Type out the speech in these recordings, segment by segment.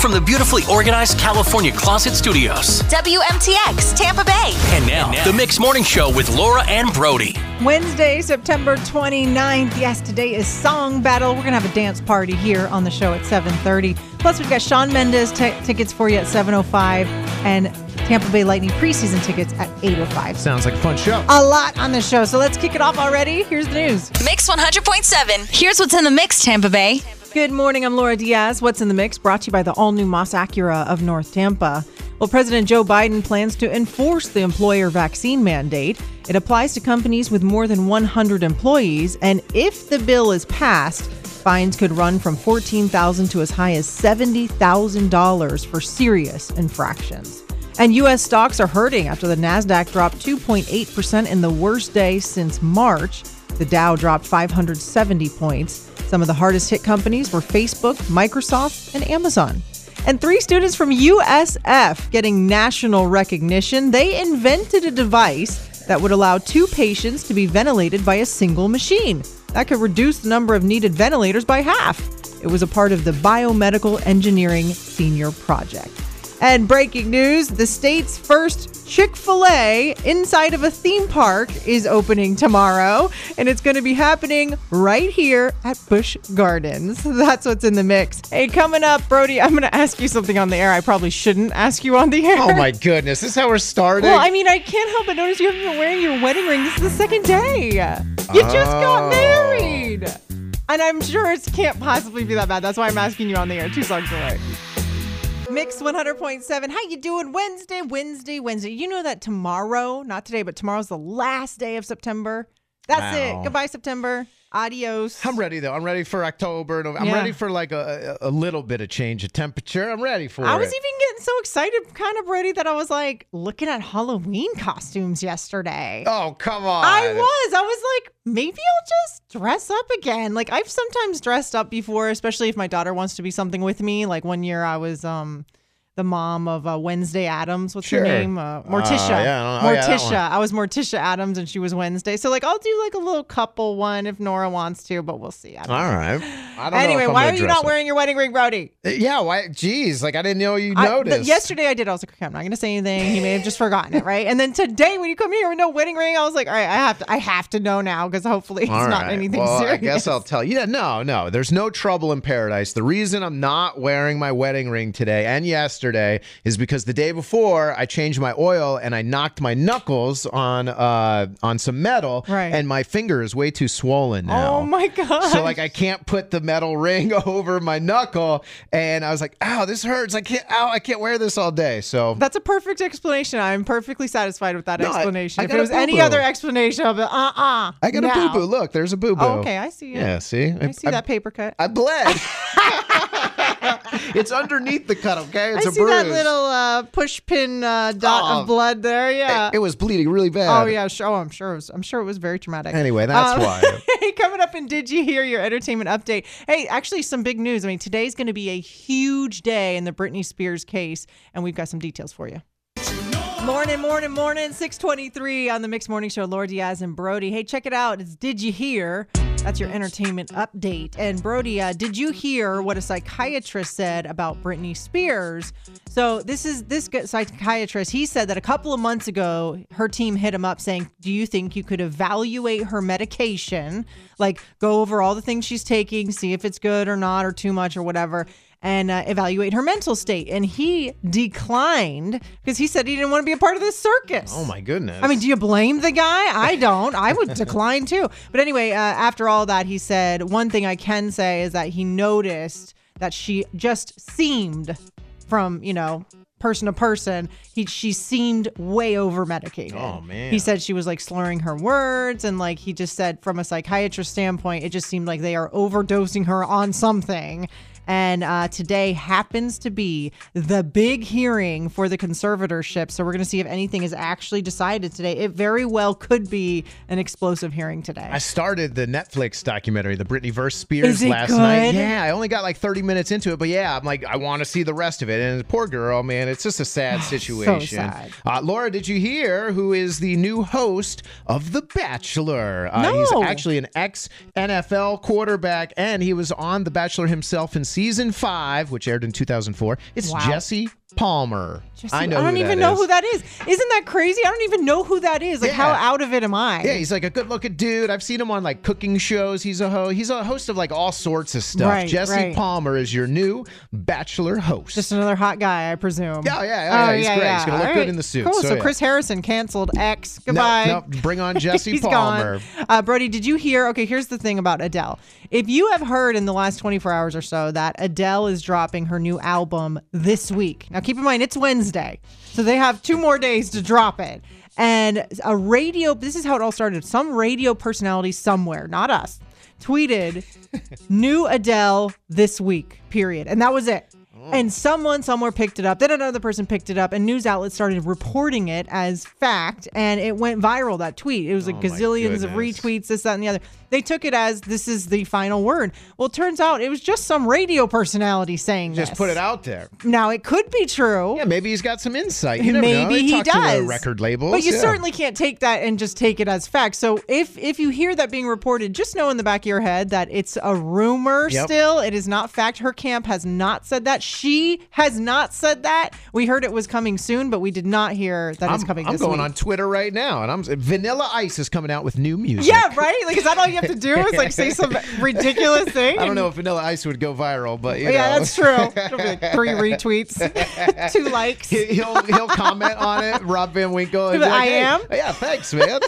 from the beautifully organized California Closet Studios. WMTX Tampa Bay. And now, the Mix Morning Show with Laura and Brody. Wednesday, September 29th. Yes, today is Song Battle. We're going to have a dance party here on the show at 7.30. Plus, we've got Sean Mendez t- tickets for you at 7.05 and Tampa Bay Lightning preseason tickets at 8.05. Sounds like a fun show. A lot on the show, so let's kick it off already. Here's the news. Mix 100.7. Here's what's in the mix, Tampa Bay. Good morning. I'm Laura Diaz. What's in the mix? Brought to you by the all new Moss Acura of North Tampa. Well, President Joe Biden plans to enforce the employer vaccine mandate. It applies to companies with more than 100 employees, and if the bill is passed, fines could run from 14,000 to as high as $70,000 for serious infractions. And U.S. stocks are hurting after the NASDAQ dropped 2.8% in the worst day since March. The Dow dropped 570 points. Some of the hardest hit companies were Facebook, Microsoft, and Amazon. And three students from USF getting national recognition. They invented a device that would allow two patients to be ventilated by a single machine. That could reduce the number of needed ventilators by half. It was a part of the Biomedical Engineering Senior Project. And breaking news the state's first Chick fil A inside of a theme park is opening tomorrow, and it's going to be happening right here at Busch Gardens. That's what's in the mix. Hey, coming up, Brody, I'm going to ask you something on the air I probably shouldn't ask you on the air. Oh my goodness, this is how we're starting. Well, I mean, I can't help but notice you haven't been wearing your wedding ring. This is the second day. You just got Oh. married. And I'm sure it can't possibly be that bad. That's why I'm asking you on the air. Two songs away. Mix 100.7. How you doing Wednesday, Wednesday, Wednesday? You know that tomorrow, not today, but tomorrow's the last day of September. That's Wow. it. Goodbye, September. Adios. I'm ready though. I'm ready for October. November. Yeah. I'm ready for like a, a a little bit of change of temperature. I'm ready for I it. was even getting so excited, kind of Brody, that I was like looking at Halloween costumes yesterday. oh come on! I was. I was like, maybe I'll just dress up again. Like I've sometimes dressed up before, especially if my daughter wants to be something with me. Like one year I was um the mom of uh, Wednesday Adams. What's Sure. her name? Uh, Morticia. yeah, I don't- oh, yeah, that Morticia. one. I was Morticia Adams and she was Wednesday. So like I'll do like a little couple one if Nora wants to, but we'll see. I don't All know. right. I don't know Anyway, if I'm why are gonna you dress not up. wearing your wedding ring, Brody? Yeah. Why? Geez, like I didn't know you I- th- noticed. yesterday I did. I was like, okay, I'm not gonna say anything. He may have just forgotten it, right? And then today when you come here with no wedding ring, I was like, all right, I have to, I have to know now because hopefully it's All not right. anything well, serious. I guess I'll tell you. Yeah, no, no. There's no trouble in paradise. The reason I'm not wearing my wedding ring today and yesterday is because the day before I changed my oil and I knocked my knuckles on uh on some metal Right. and my finger is way too swollen now. Oh my god! So like I can't put the metal ring over my knuckle and I was like, "Ow, this hurts. I can't ow, I can't wear this all day." So that's a perfect explanation. I'm perfectly satisfied with that No, I- explanation. I if got it a was any boo-boo. other explanation, I'll be like, uh uh. I got a boo-boo. Look, there's a boo-boo. Oh, okay, I see it. Yeah, see? I see that paper cut. I, I bled. it's underneath the cut, okay? It's a see bruise. that little uh, push pin uh, dot Oh. of blood there. Yeah. it, it was bleeding really bad. uh, Oh yeah, sure. Oh, I'm sure. It was, I'm sure it was very traumatic. Um, Anyway, that's why. Hey, coming up, and did you hear your entertainment update? Hey, actually, some big news. I mean, today's going to be a huge day in the Britney Spears case, and we've got some details for you. Morning, morning, morning. 6:23 on the Mixed Morning Show. Laura Diaz and Brody. Hey, check it out. It's Did You Hear? That's your entertainment update. And Brody, uh, did you hear what a psychiatrist said about Britney Spears? So this is this g- psychiatrist. He said that a couple of months ago, her team hit him up saying, "Do you think you could evaluate her medication? Like, go over all the things she's taking, see if it's good or not, or too much or whatever." and uh, evaluate her mental state. And he declined because he said he didn't want to be a part of this circus. Oh my goodness. I mean, do you blame the guy? I don't. I would decline too. But anyway, uh, after all that, he said one thing I can say is that he noticed that she just seemed, from you know, person to person, he she seemed way over medicated. Oh, man. He said she was like slurring her words, and like he just said, from a psychiatrist standpoint, it just seemed like they are overdosing her on something. And uh, today happens to be the big hearing for the conservatorship. So we're going to see if anything is actually decided today. It very well could be an explosive hearing today. I started the Netflix documentary, the Britney vs. Spears, Is it last night. good? Yeah, I only got like 30 minutes into it, but yeah, I'm like, I want to see the rest of it. And poor girl, man, it's just a sad situation. sad. Uh, Laura, did you hear who is the new host of The Bachelor? Uh, He's No. actually an ex NFL quarterback, and he was on The Bachelor himself in season five, which aired in 2004. It's Wow. Jesse Palmer. I know. I don't who even that know is. who that is. Isn't that crazy? I don't even know who that is. Like, how Yeah. out of it am I? Yeah, he's like a good-looking dude. I've seen him on like cooking shows. He's a ho- he's a host of like all sorts of stuff. Right, Jesse right. Palmer is your new Bachelor host. Just another hot guy, I presume. Oh, Yeah, yeah, yeah, yeah, he's great. He's gonna look All good in the suit, Cool. So, so yeah. Chris Harrison canceled X. Goodbye. no, no, bring on Jesse He's Palmer. gone. Uh, Brody, did you hear? Okay, here's the thing about Adele. If you have heard in the last 24 hours or so that Adele is dropping her new album this week. Now, keep in mind, it's Wednesday. So they have two more days to drop it. And a radio, this is how it all started. Some radio personality somewhere, not us, tweeted, New Adele this week, period. And that was it. Oh. And someone somewhere picked it up. Then another person picked it up, and news outlets started reporting it as fact. And it went viral, that tweet. It was like gazillions of Oh goodness. retweets, this, that, and the other. They took it as this is the final word. Well, it turns out it was just some radio personality saying Just this. put it out there. Now, it could be true. Yeah, maybe he's got some insight. You never Maybe know. They he talk To does. the record labels. But you yeah. certainly can't take that and just take it as fact. So if if you hear that being reported, just know in the back of your head that it's a rumor Yep. still. It is not fact. Her camp has not said that. She has not said that. We heard it was coming soon, but we did not hear that I'm, it's coming I'm this going week. on Twitter right now, and I'm Vanilla Ice is coming out with new music. Yeah, right? Like is that all you have to do is like say some ridiculous thing? I don't and- know if Vanilla Ice would go viral, but you yeah, know. that's true. It'll be like three retweets, two likes. He'll he'll comment on it. Rob Van Winkle. And be But like, I "Hey, am? Yeah, thanks, man.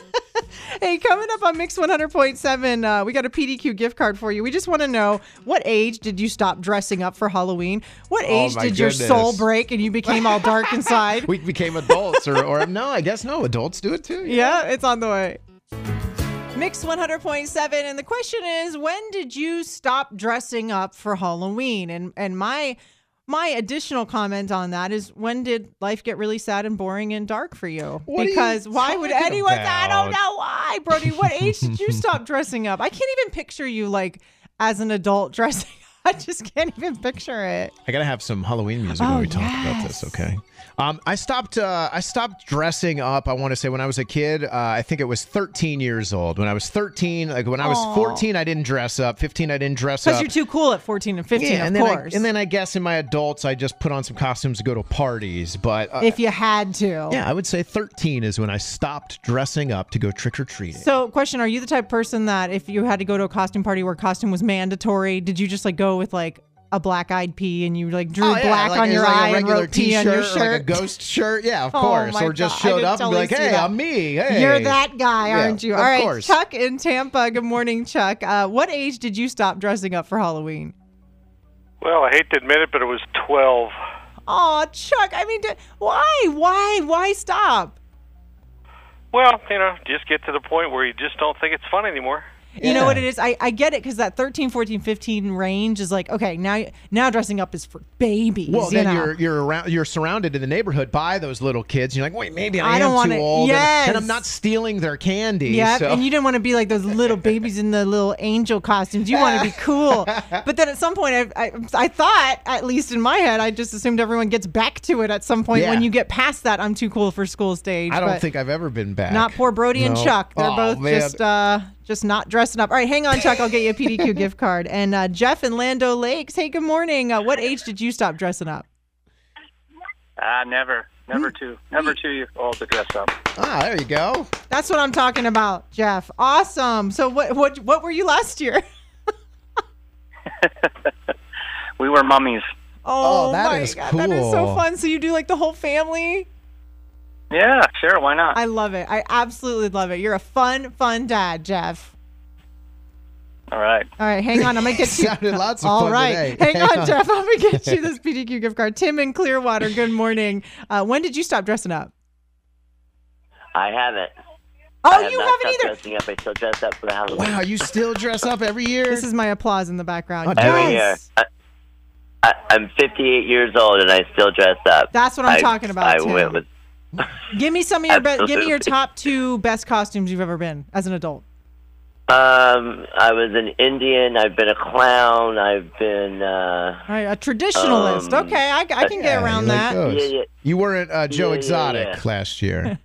Hey, coming up on Mix 100.7, uh, we got a PDQ gift card for you. We just want to know what age did you stop dressing up for Halloween? What age Oh my did your goodness. soul break and you became all dark inside? we became adults, or or no, I guess no. Adults do it too. yeah, it's on the way. Mix 100.7 and the question is when did you stop dressing up for Halloween? And and my my additional comment on that is when did life get really sad and boring and dark for you? What are you because why would talking anyone I don't about? know why, Brody. What age did you stop dressing up? I can't even picture you like as an adult dressing I just can't even picture it. I gotta have some Halloween music when Oh, we talk about this, okay? Um, I stopped. Uh, I stopped dressing up. I want to say when I was a kid. Uh, I think it was 13 years old. When I was 13, like when I was 14, I didn't dress up. 15, I didn't dress Because up. you're too cool at 14 and 15, yeah, of and then course. I, and then I guess in my adults, I just put on some costumes to go to parties. But uh, if you had to. yeah, I would say 13 is when I stopped dressing up to go trick or treating. So, question: Are you the type of person that if you had to go to a costume party where costume was mandatory, did you just like go with like a black-eyed pea and you like drew Oh, yeah, black like, on it's your like eye and a regular wrote P on your t-shirt or like a shirt? ghost shirt. Yeah, of Oh, course. my Or just God, I showed didn't up and be totally like, see "Hey, that. I'm me." Hey, You're that guy, Yeah, aren't you? of All right, course. Chuck in Tampa. Good morning, Chuck. Uh, what age did you stop dressing up for Halloween? Well, I hate to admit it, but it was 12. Oh, Chuck. I mean, d- why, why, why stop? Well, you know, just get to the point where you just don't think it's fun anymore. You know Yeah. what it is? I, I get it because that 13, 14, 15 range is like, okay, now now dressing up is for babies. Well, you then know? you're you're around you're surrounded in the neighborhood by those little kids. You're like, wait, maybe I, I don't am wanna- too old, and- Yes. and, I'm not stealing their candy. Yeah, so- and you didn't want to be like those little babies in the little angel costumes. You want to be cool. But then at some point, I, I, I thought, at least in my head, I just assumed everyone gets back to it at some point Yeah. when you get past that I'm too cool for school stage. I don't but think I've ever been back. Not poor Brody and No. Chuck. They're Oh, both man. just uh, just not dressing up. All right, hang on, Chuck. I'll get you a PDQ gift card. And uh, Jeff in Lando Lakes. Hey, good morning. Uh, what age did you stop dressing up? Ah, never, Hmm. never too, never too you old to dress up. Ah, there you go. That's what I'm talking about, Jeff. Awesome. So what what what were you last year? We were mummies. Oh, that my is God, that is so cool. fun. So you do like the whole family? Yeah, sure, why not? I love it. I absolutely love it. You're a fun, fun dad, Jeff. All right. All right, hang on. I'm gonna get you. Sounded lots of All fun right, today. hang on, Jeff. I'm gonna get you this PDQ gift card. Tim in Clearwater. Good morning. Uh, when did you stop dressing up? I haven't. Oh, I have you not haven't stopped either. Dressing up, I still dress up for the Halloween. Wow, you still dress up every year. This is my applause in the background. Oh, Every yes, year. I, I'm 58 years old and I still dress up. that's what I'm I- talking about. I Tim. went with. give me some of your best. Give me your Absolutely. top two best costumes you've ever been as an adult. Um, I was an Indian. I've been a clown. I've been. Uh, All right, a traditionalist. Um, okay, I, I can get Yeah, around Ah, you like that. those. Yeah, yeah. You weren't uh, Joe Yeah, yeah, Exotic yeah. last year.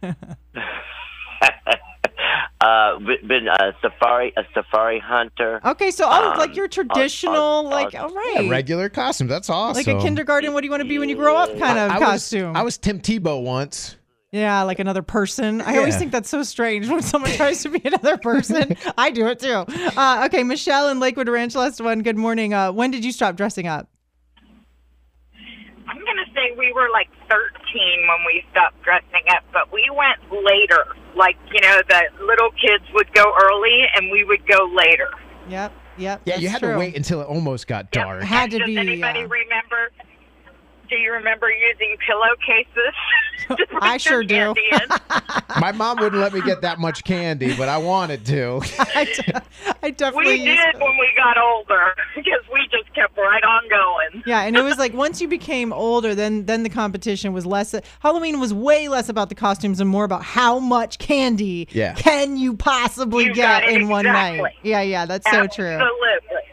I uh, b- been a safari a safari hunter. Okay, so all of, Um, like your traditional, uh, uh, like, uh, all Yeah, right. regular costume. That's awesome. like a kindergarten, what do you want to be when you grow up kind of I costume. Was, I was Tim Tebow once. yeah, like another person. I always Yeah. think that's so strange when someone tries to be another person. I do it too. Uh, okay, Michelle in Lakewood Ranch, last one. Good morning. Uh, when did you stop dressing up? I'm going to say we were like 13 when we stopped dressing up, but we went later. Like, you know, the little kids would go early and we would go later. Yep, yep. Yeah, you that's had true. to wait until it almost got dark. Had to Does be. uh, anybody yeah. remember? Do you remember using pillowcases? to I put sure your do. candy in? My mom wouldn't let me get that much candy, but I wanted to. I de- I definitely we used did to- when we got older because we just kept right on going. Yeah, and it was like once you became older, then then the competition was less. Halloween was way less about the costumes and more about how much candy Yeah. can you possibly You get got it in one exactly. night. Yeah, yeah, that's so true. Absolutely.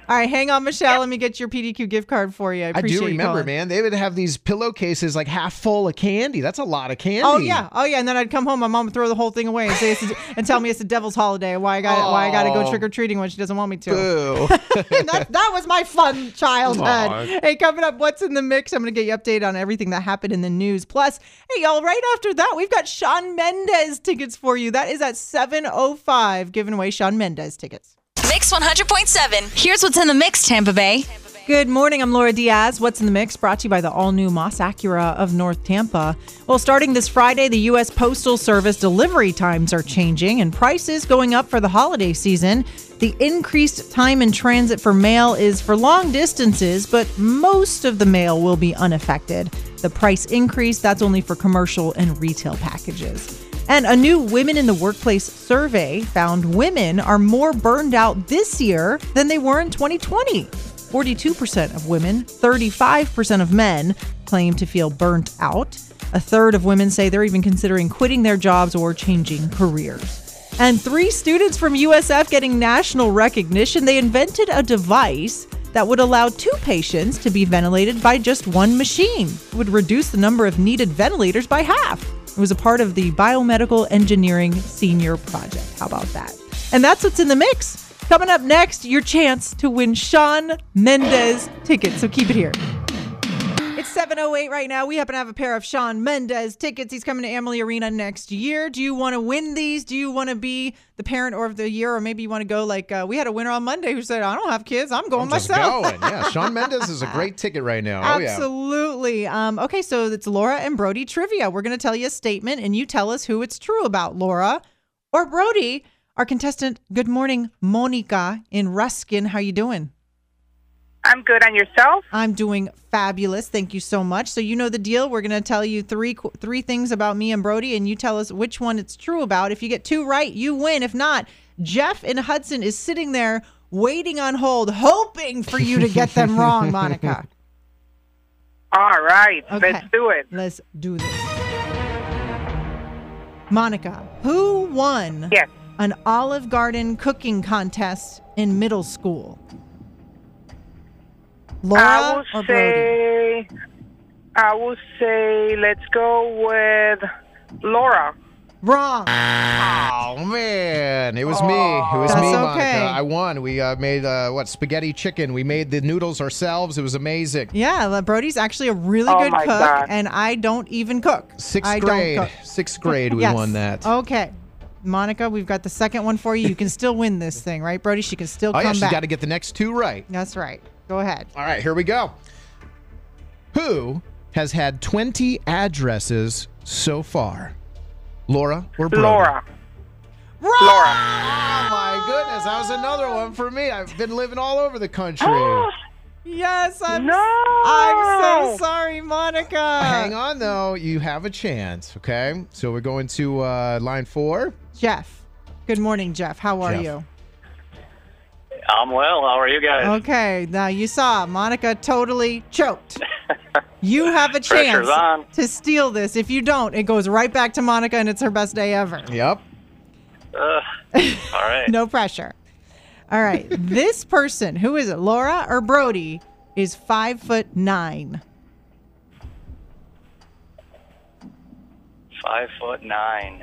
All right, hang on, Michelle. Let me get your PDQ gift card for you. I I appreciate do you remember, calling. man. They would have these pillowcases like half full of candy. That's a lot of candy. Oh yeah, oh yeah, and then I'd come home. My mom would throw the whole thing away and say, it's a- and tell me it's the devil's holiday. Why I got to why I got to go Oh. trick or treating when she doesn't want me to. Boo. And that, that was my fun childhood. Aw. Hey, coming up, what's in the mix? I'm going to get you updated on everything that happened in the news. Plus, hey, y'all, right after that, we've got Sean Mendez tickets for you. That is at 7.05, giving away Sean Mendez tickets. Mix 100.7. Here's what's in the mix, Tampa Bay. Good morning. I'm Laura Diaz. What's in the mix? Brought to you by the all new Moss Acura of North Tampa. Well, starting this Friday, the U.S. Postal Service delivery times are changing and prices going up for the holiday season. The increased time in transit for mail is for long distances, but most of the mail will be unaffected. The price increase, that's only for commercial and retail packages. And a new Women in the Workplace survey found women are more burned out this year than they were in 2020. 42% of women, 35% of men claim to feel burnt out. A third of women say they're even considering quitting their jobs or changing careers. And three students from USF getting national recognition. They invented a device that would allow two patients to be ventilated by just one machine. It would reduce the number of needed ventilators by half. It was a part of the Biomedical Engineering Senior Project. How about that? And that's what's in the mix. Coming up next, your chance to win Sean Mendez tickets. So keep it here. It's 7.08 right now. We happen to have a pair of Sean Mendez tickets. He's coming to Amalie Arena next year. Do you want to win these? Do you want to be the parent or of the year? Or maybe you want to go like, uh, we had a winner on Monday who said, I don't have kids. I'm going Just myself. going. Yeah, Sean Mendes is a great ticket right now. Oh yeah. Absolutely. Um, okay, so it's Laura and Brody trivia. We're going to tell you a statement, and you tell us who it's true about, Laura or Brody. Our contestant, good morning, Monica in Ruskin. How you doing? I'm good on yourself. I'm doing fabulous. Thank you so much. So you know the deal. We're going to tell you three qu- three things about me and Brody, and you tell us which one it's true about. If you get two right, you win. If not, Jeff in Hudson is sitting there waiting on hold, hoping for you to get them wrong, Monica. All right, Okay. let's do it. Let's do this. Monica, who won Yes. an Olive Garden cooking contest in middle school? I Laura will or Brody? say, I will say, let's go with Laura. Wrong. Oh man, it was me. It was That's me, okay. Monica. I won. We uh, made uh, what spaghetti chicken. We made the noodles ourselves. It was amazing. Yeah, Le- Brody's actually a really Oh good my cook, God. and I don't even cook. 6th I grade. Don't cook. Sixth grade, we Yes. Oh, won that. Okay. Monica, we've got the second one for you. You can still win this thing, right, Brody? She can still come oh yeah, she's back. got to get the next two right. That's right. Go ahead. All right, here we go. Who has had 20 addresses so far? Laura or Brody? Laura. Wrong! Laura. Oh my goodness, that was another one for me. I've been living all over the country. Yes, I'm No. I'm so sorry, Monica. Hang on though, you have a chance, okay? So we're going to uh, line four. Jeff. Good morning, Jeff. How are Jeff. you? I'm well. How are you guys? Okay, now you saw Monica totally choked. You have a chance Pressure's on. to steal this. If you don't, it goes right back to Monica and it's her best day ever. Yep. All right. No pressure. All right. this person, who is it, Laura or Brody, is five foot nine. Five foot nine.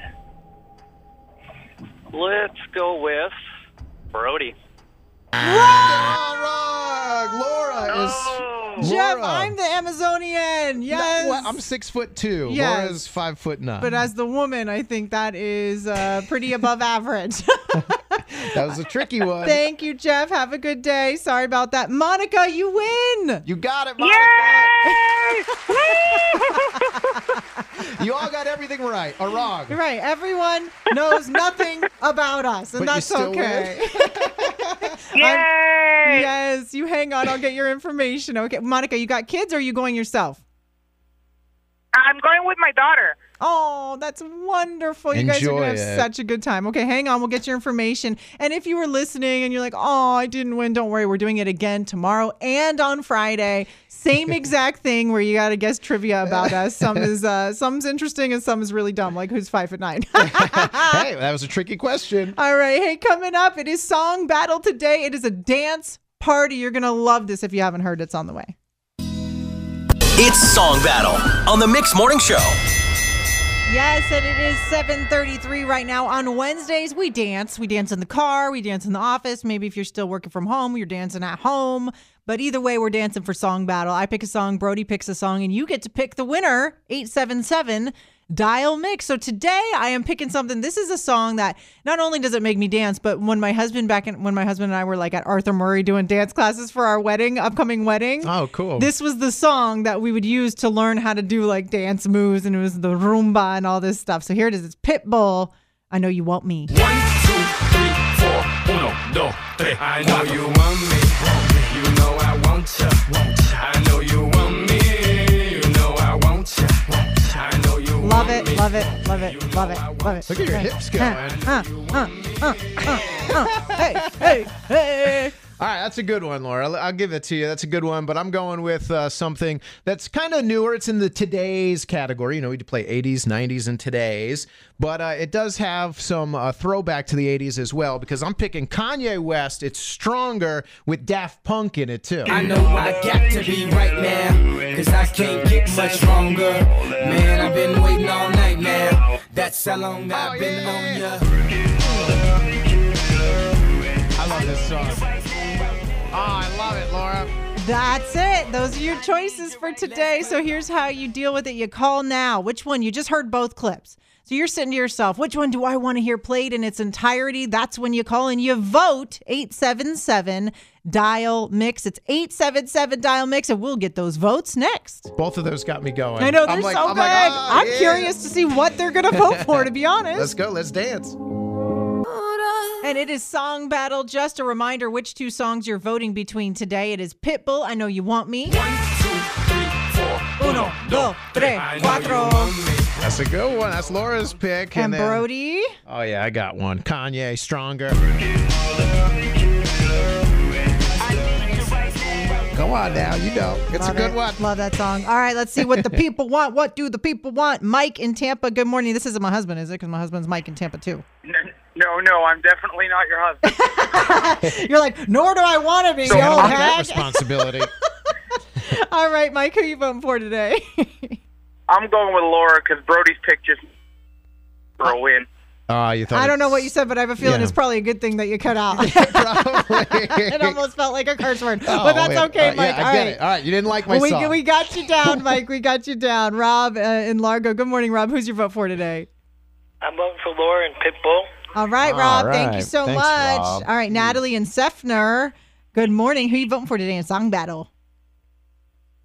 Let's go with Brody. All wrong. Uh, Laura is. Jeff, Laura. I'm the Amazonian. No, Yes. well, I'm six foot two. Yes. Laura's five foot nine. but as the woman, I think that is uh, pretty above average. that was a tricky one. Thank you, Jeff. Have a good day. Sorry about that. Monica, you win. you got it, Monica. Yay! You all got everything right or wrong. You're right. Everyone knows nothing about us, and But you that's still okay. win. Yay! Yes, you hang on. I'll get your information. Okay. Monica, you got kids or are you going yourself? I'm going with my daughter. Oh, that's wonderful. You guys are Enjoy going to it. have such a good time. Okay, hang on. We'll get your information. And if you were listening and you're like, oh, I didn't win, don't worry. We're doing it again tomorrow and on Friday. Same exact thing where you got to guess trivia about us. Some is uh, some's interesting and some is really dumb, like who's five foot nine. hey, that was a tricky question. All right. Hey, coming up, it is Song Battle today. It is a dance party. You're going to love this if you haven't heard it's on the way. It's Song Battle on the Mix Morning Show. Yes, and it is 7:33 right now. On Wednesdays, we dance. We dance in the car, we dance in the office. Maybe if you're still working from home, you're dancing at home. But either way, we're dancing for song battle. I pick a song, Brody picks a song, and you get to pick the winner, 877 Dial Mix. So today I am picking something. This is a song that not only does it make me dance, but when my husband back in when my husband and I were like at Arthur Murray doing dance classes for our wedding, upcoming wedding. Oh, cool. This was the song that we would use to learn how to do like dance moves, and it was the Roomba and all this stuff. So here it is. It's Pitbull. I know you want me. One, two, three, four. Uno, dos, tres. I know you want me. You know I want ya. I know you want me. You know I want ya. I know you Love want it, me. love it, love it, love it, love it. Look at your hips going. Uh, uh, uh, uh, uh. Hey, hey, hey. All right, that's a good one, Laura. I'll- I'll give it to you. That's a good one, but I'm going with uh, something that's kind of newer. It's in the today's category. You know, we do play 80s, 90s, and today's, but uh, it does have some uh, throwback to the 80s as well because I'm picking Kanye West. It's stronger with Daft Punk in it, too. I know I got to be right now, cause I can't get much stronger. Man, I've been waiting all night now. That's how long Oh, I've been yeah. on ya. I love this song. Oh, I love it, Laura. That's it. Those are your choices for today. So here's how you deal with it. You call now. Which one? You just heard both clips. So you're sitting to yourself, which one do I want to hear played in its entirety? That's when you call and you vote 877 Dial Mix. It's 877 Dial Mix, and we'll get those votes next. Both of those got me going. I know they're I'm like- so I'm big. like, oh, I'm yeah. curious to see what they're going to vote for, to be honest. Let's go. Let's dance. And it is Song Battle. Just a reminder which two songs you're voting between today. It is Pitbull, I Know You Want Me. One, two, three, four. Uno, dos, tres, I know you cuatro. want me. That's a good one. That's Laura's pick. And then- Brody. Oh, yeah, I got one. Kanye, stronger. Go on now. You know, it's a Love good it. one. Love that song. All right, let's see what the people want. What do the people want? Mike in Tampa. Good morning. This isn't my husband, is it? Because my husband's Mike in Tampa too. No, no, I'm definitely not your husband. You're like, nor do I want to be. So you I old don't have hag. responsibility. All right, Mike, who you voting for today? I'm going with Laura because Brody's pick just for a win. Oh, you thought I don't know what you it's- said, but I have a feeling Yeah. it's probably a good thing that you cut out. it almost felt like a curse word, Oh, but that's man. okay, Uh, yeah, Mike. I All get right. it. All right, you didn't like my Well, we, song. we got you down, Mike. We got you down. Rob uh, in Largo. Good morning, Rob. Who's your vote for today? I'm voting for Laura and Pitbull. All right, All Rob. Thank you right. so Thanks, much. Rob. All right, Natalie and Sefner. Good morning. Who you voting for today in Song Battle?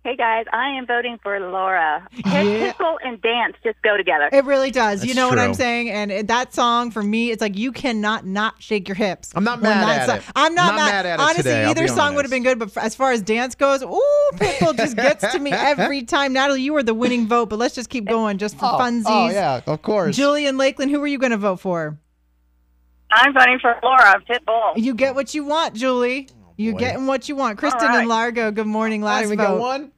Hey guys, I am voting for Laura. Yeah. Pickle and dance just go together. It really does. you That's know what I'm true. saying? And it, that song for me, it's like you cannot not shake your hips. I'm not when mad that at song- it. I'm not, Not mad at it Honestly, today, I'll either be song would have been good, but f- as far as dance goes, ooh, Pickle just gets to me every time. Natalie, you were the winning vote, but let's just keep going just for funsies. Oh, yeah, of course. Julian Lakeland, who are you going to vote for? I'm voting for Laura Pitbull. You get what you want, Julie. you Oh, boy. getting what you want. Kristen right. and Largo, good morning. I Last didn't even vote. get one.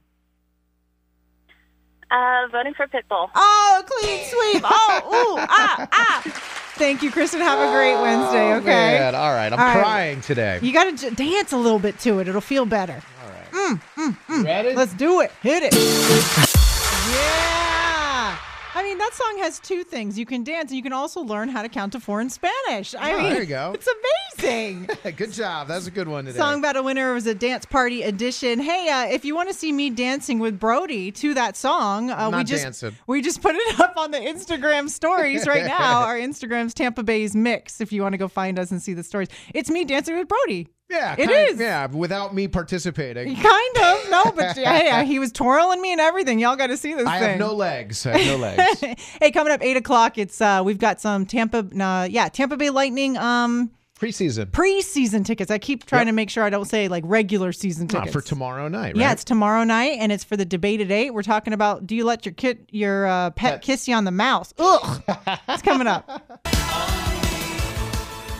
Uh, voting for Pitbull. Oh, clean sweep. Oh, ooh, ah, ah. Thank you, Kristen. Have a great Wednesday, Oh, okay? man. All right, I'm All right. crying today. You got to j- dance a little bit to it. It'll feel better. Ready? Let's do it. Hit it. Yeah. I mean, that song has two things. You can dance, and you can also learn how to count to four in Spanish. I Oh, mean, there you go. It's amazing. good job. That's a good one today. Song Battle Winner was a dance party edition. Hey, uh, if you want to see me dancing with Brody to that song, uh, I'm we not just dancing. we just put it up on the Instagram stories right now. Our Instagram's Tampa Bay's Mix. If you want to go find us and see the stories, it's me dancing with Brody. yeah, it kind- is. Yeah, without me participating. Kind of no, but hey, uh, he was twirling me and everything. Y'all got to see this I thing. have no legs. I have no legs. hey, coming up eight o'clock. It's uh, we've got some Tampa, nah, yeah, Tampa Bay Lightning. Um, Preseason. preseason tickets. I keep trying Yep. to make sure I don't say like regular season Not tickets. Uh, for tomorrow night, right? Yeah, it's uh, tomorrow night, and it's for the debate at eight. We're talking about do you let your kid, your uh, pet, kiss you on the mouth? Ugh, it's coming up.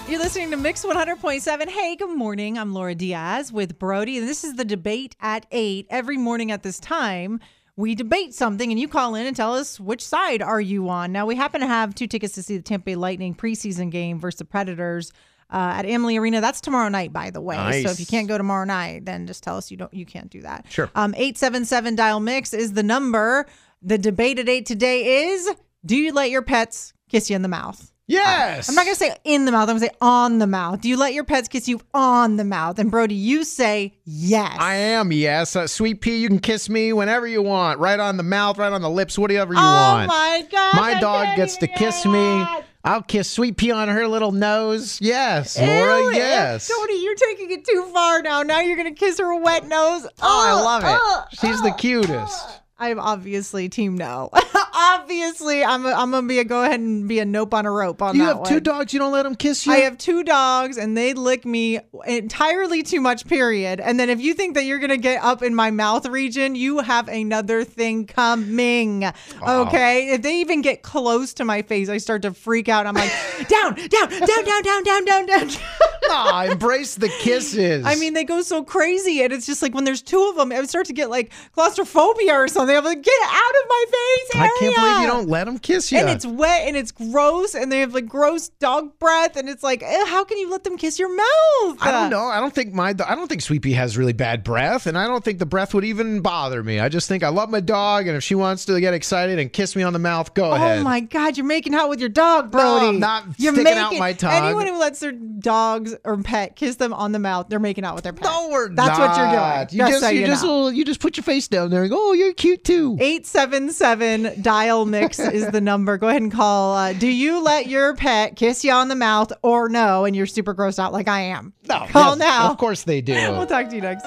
You're listening to Mix 100.7. Hey, good morning. I'm Laura Diaz with Brody, and this is the debate at eight every morning at this time. We debate something, and you call in and tell us which side are you on. Now, we happen to have two tickets to see the Tampa Bay Lightning preseason game versus the Predators uh, at Emily Arena. That's tomorrow night, by the way. So if you Nice. can't go tomorrow night, then just tell us you don't you can't do that. Sure. Um, eight seven seven dial mix is the number. The debate at eight today is: Do you let your pets kiss you in the mouth? Yes. I'm not gonna say in the mouth. I'm gonna say on the mouth. Do you let your pets kiss you on the mouth? And Brody, you say yes. I am, yes. Uh, sweet pea, you can kiss me whenever you want. Right on the mouth, right on the lips, whatever you oh want. my god! My I dog can't gets to even kiss get me. it. I'll kiss Sweet Pea on her little nose. Yes, Ew, Laura, ew. yes. Tony, you're taking it too far now. Now you're gonna kiss her wet nose. Oh, Oh, I love oh, it. She's the uh, cutest. I'm obviously team no. obviously, I'm a, I'm gonna be a go ahead and be a nope on a rope on You that have two one. dogs, you don't let them kiss you? I have two dogs and they lick me entirely too much, period. And then if you think that you're going to get up in my mouth region, you have another thing coming. Okay. If they even get close to my face, I start to freak out. I'm like, down, down, down, down, down, down, down, down. Aw, Ah, embrace the kisses. I mean, they go so crazy. And it's just like when there's two of them, I start to get like claustrophobia or something. I'm like, get out of my face. I can't believe you area!" don't let them kiss you. And it's wet and it's gross and they have like gross dog breath and it's like eh, how can you let them kiss your mouth? I don't know. I don't think my do- I don't think Sweet Pea has really bad breath, and I don't think the breath would even bother me. I just think I love my dog, and if she wants to get excited and kiss me on the mouth, go ahead. Oh my God, you're making out with your dog, Brody. I'm not you're sticking out my tongue. Anyone who lets their dogs or pet kiss them on the mouth, they're making out with their pet. No, we're That's what you're not. doing. You just just, so you you just, know. will- you just put your face down there and go, oh, you're cute too. 877 dial mix is the number. Go ahead and call. Uh, do you let your pet kiss you on the mouth or no? And you're super grossed out like I am. No, Call yes, now. Of course they do. We'll talk to you next.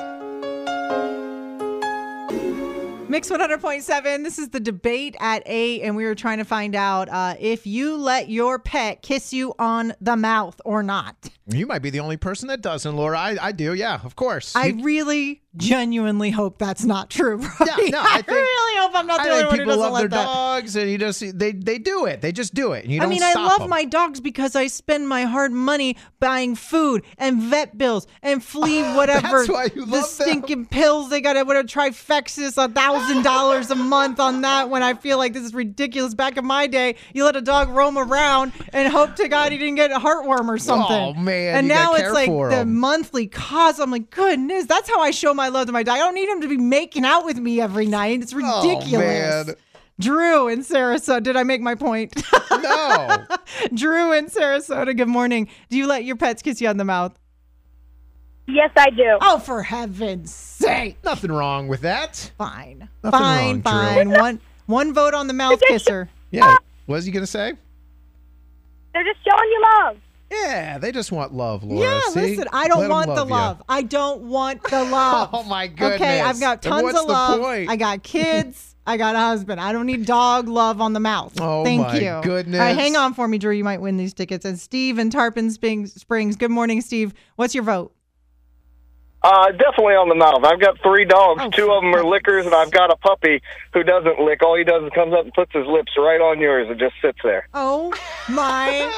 Mix 100.7. This is the debate at 8, and we were trying to find out uh, if you let your pet kiss you on the mouth or not. you might be the only person that doesn't, Laura. I, I do. Yeah, of course. I You- really genuinely hope that's not true. Brody. no, I think- really hope I'm not I the only think one who people doesn't love let their that. dogs, and you just they they do it. They just do it. And you I don't mean, I stop love 'em. my dogs because I spend my hard money buying food and vet bills and flea whatever. why the you love them. stinking pills they got. What a trifexis, a thousand dollars a month on that. When I feel like this is ridiculous. Back in my day, you let a dog roam around and hope to God he didn't get a heartworm or something. Oh, man, And you gotta now care it's like for the 'em. monthly cost. I'm like, goodness, that's how I show my love to my dog. I don't need him to be making out with me every night. It's Oh, ridiculous. man. Drew and Sarasota, did I make my point? No. Drew in Sarasota, good morning. Do you let your pets kiss you on the mouth? Yes, I do. Oh, for heaven's sake. Nothing wrong with that. Fine. fine, Nothing wrong, Drew. fine. One one vote on the mouth kisser. Yeah. What is he going to say? They're just showing you love. Yeah, they just want love, Laura. Yeah, see? listen, I don't Let 'em want the ya. love. I don't want the love. Oh, my Okay, I've goodness. got Then tons what's of the love. point? I got kids. I got a husband. I don't need dog love on the mouth. Oh, Thank my you. goodness. All right, hang on for me, Drew. You might win these tickets. And Steve in Tarpon Springs. Springs. Good morning, Steve. What's your vote? Uh, definitely on the mouth. I've got three dogs. Oh, Two of them are lickers, and I've got a puppy who doesn't lick. All he does is comes up and puts his lips right on yours and just sits there. Oh my.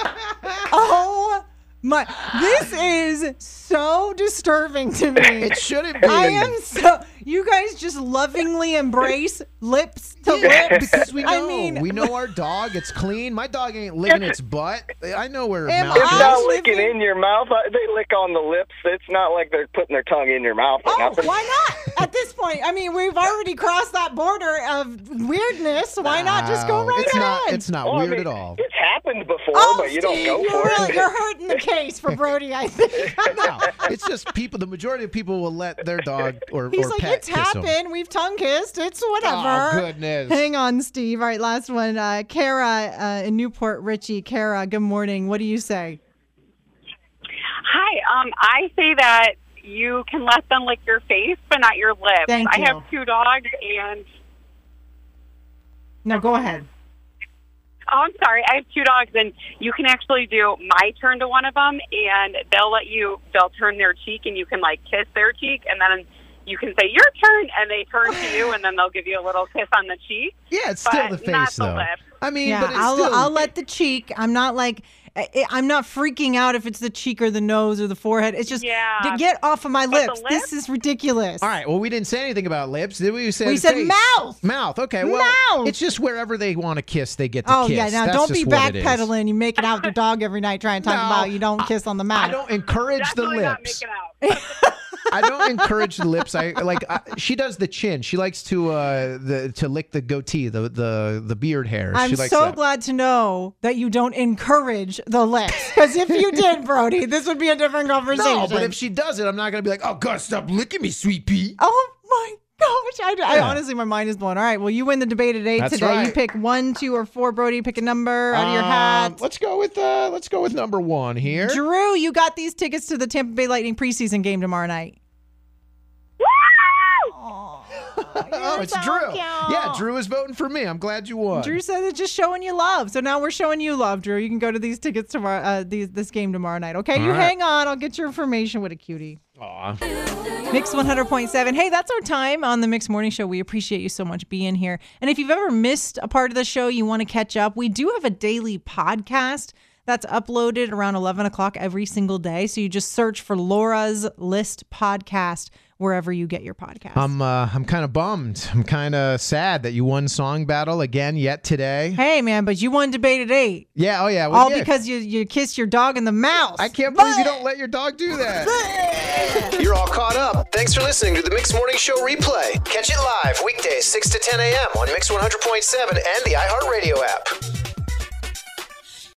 oh My, this is so disturbing to me. It shouldn't be. I am so. You guys just lovingly embrace lips to lips. because we know, I mean, we know our dog. It's clean. My dog ain't licking its butt. I know where her Am mouth I- is. Not not licking in your mouth. I- They lick on the lips. It's not like they're putting their tongue in your mouth. or Oh, nothing. why not? At this point, I mean, we've already crossed that border of weirdness. Why not just go Wow. right Uh, it's ahead? Not, it's not Well, I weird mean, at all. It's happened before, Oh, but you don't Steve, go you're for really- it. You're hurting the case for Brody, I think. No, it's just people. The majority of people will let their dog or, He's or like, pet it's kiss 'em." happened. We've tongue kissed. It's whatever. Oh goodness! Hang on, Steve. All right, last one. Uh, Kara uh, in Newport, Richie. Kara, good morning. What do you say? Hi, um, I say that you can let them lick your face, but not your lips. Thank I you. have two dogs, and No, go ahead. oh, I'm sorry, I have two dogs, and you can actually do my turn to one of them, and they'll let you. They'll turn their cheek, and you can like kiss their cheek, and then you can say your turn, and they turn to you, and then they'll give you a little kiss on the cheek. Yeah, it's still But the not face the though. lip. I mean, yeah, but it's I'll, still. I'll let the cheek. I'm not like, I, I'm not freaking out if it's the cheek or the nose or the forehead. It's just Yeah. to get off of my But the lips. This is ridiculous. all right. Well, we didn't say anything about lips, did we? We said, We said face. mouth. Mouth. Okay. Well, Mouth. it's just wherever they want to kiss, they get to Oh kiss. yeah, now That's don't be just what it is. backpedaling. You make it out with your dog every night trying to talk No, about you don't kiss on the mouth. I don't encourage Definitely the not lips. making out. I don't encourage the lips. I like I, she does the chin. She likes to uh the to lick the goatee, the the the beard hair. I'm she likes so that. glad to know that you don't encourage the lips. Because if you did, Brody, this would be a different conversation. No, but if she does it, I'm not gonna be like, oh god, stop licking me, sweet pea. oh my gosh, I, I Yeah. honestly, my mind is blown. All right, well, you win the debate at eight That's today. You right. pick one, two, or four, Brody. Pick a number out of your Um, hat. let's go with uh let's go with number one here. Drew, you got these tickets to the Tampa Bay Lightning preseason game tomorrow night. oh, it's Drew. Yeah, Drew is voting for me. I'm glad you won. Drew said it's just showing you love. So now we're showing you love, Drew. You can go to these tickets tomorrow, uh, these, this game tomorrow night. Okay, you right. hang on. I'll get your information with a cutie. Aw. Mix 100.7. Hey, that's our time on the Mix Morning Show. We appreciate you so much being here. And if you've ever missed a part of the show, you want to catch up, we do have a daily podcast that's uploaded around 11 o'clock every single day. So you just search for Laura's List podcast wherever you get your podcast. I'm uh, I'm kind of bummed. I'm kind of sad that you won song battle again yet today. hey, man, but you won debate at eight. Yeah. Oh yeah. we All did. because you, you kissed your dog in the mouth. I can't believe you don't let your dog do that. You're all caught up. Thanks for listening to the Mix Morning Show replay. Catch it live weekdays 6 to 10 a.m. on Mix 100.7 and the iHeartRadio app.